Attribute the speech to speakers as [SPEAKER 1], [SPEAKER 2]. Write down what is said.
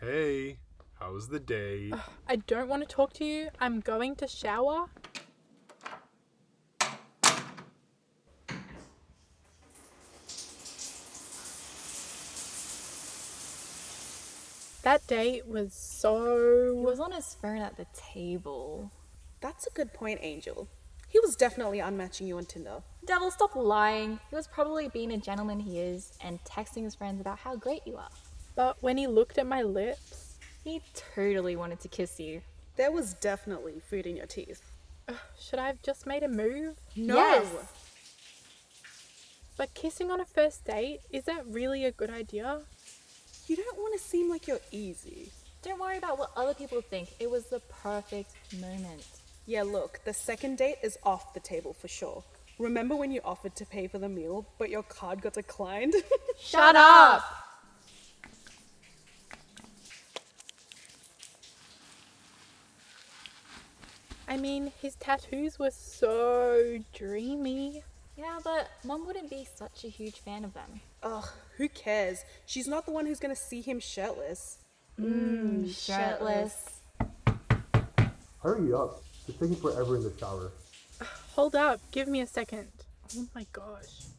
[SPEAKER 1] Hey, how's the day?
[SPEAKER 2] I don't want to talk to you. I'm going to shower. That date was
[SPEAKER 3] He
[SPEAKER 2] so.
[SPEAKER 3] was on his phone at the table.
[SPEAKER 4] That's a good point, Angel. He was definitely unmatching you on Tinder.
[SPEAKER 3] Devil, stop lying. He was probably being a gentleman he is and texting his friends about how great you are.
[SPEAKER 2] But when he looked at my lips,
[SPEAKER 3] He totally wanted to kiss you.
[SPEAKER 4] There was definitely food in your teeth.
[SPEAKER 2] should I have just made a move?
[SPEAKER 4] No!
[SPEAKER 3] Yes.
[SPEAKER 2] But kissing on a first date, is that really a good idea?
[SPEAKER 4] You don't want to seem like you're easy.
[SPEAKER 3] Don't worry about what other people think. It was the perfect moment.
[SPEAKER 4] Yeah, look, the second date is off the table for sure. Remember when you offered to pay for the meal, but your card got declined?
[SPEAKER 3] Shut up!
[SPEAKER 2] I mean, his tattoos were so dreamy.
[SPEAKER 3] Yeah, but Mom wouldn't be such a huge fan of them.
[SPEAKER 4] Ugh, who cares? She's not the one who's gonna see him shirtless.
[SPEAKER 3] Shirtless.
[SPEAKER 5] Hurry up. It's taking forever in the shower.
[SPEAKER 2] Hold up, give me a second. Oh my gosh.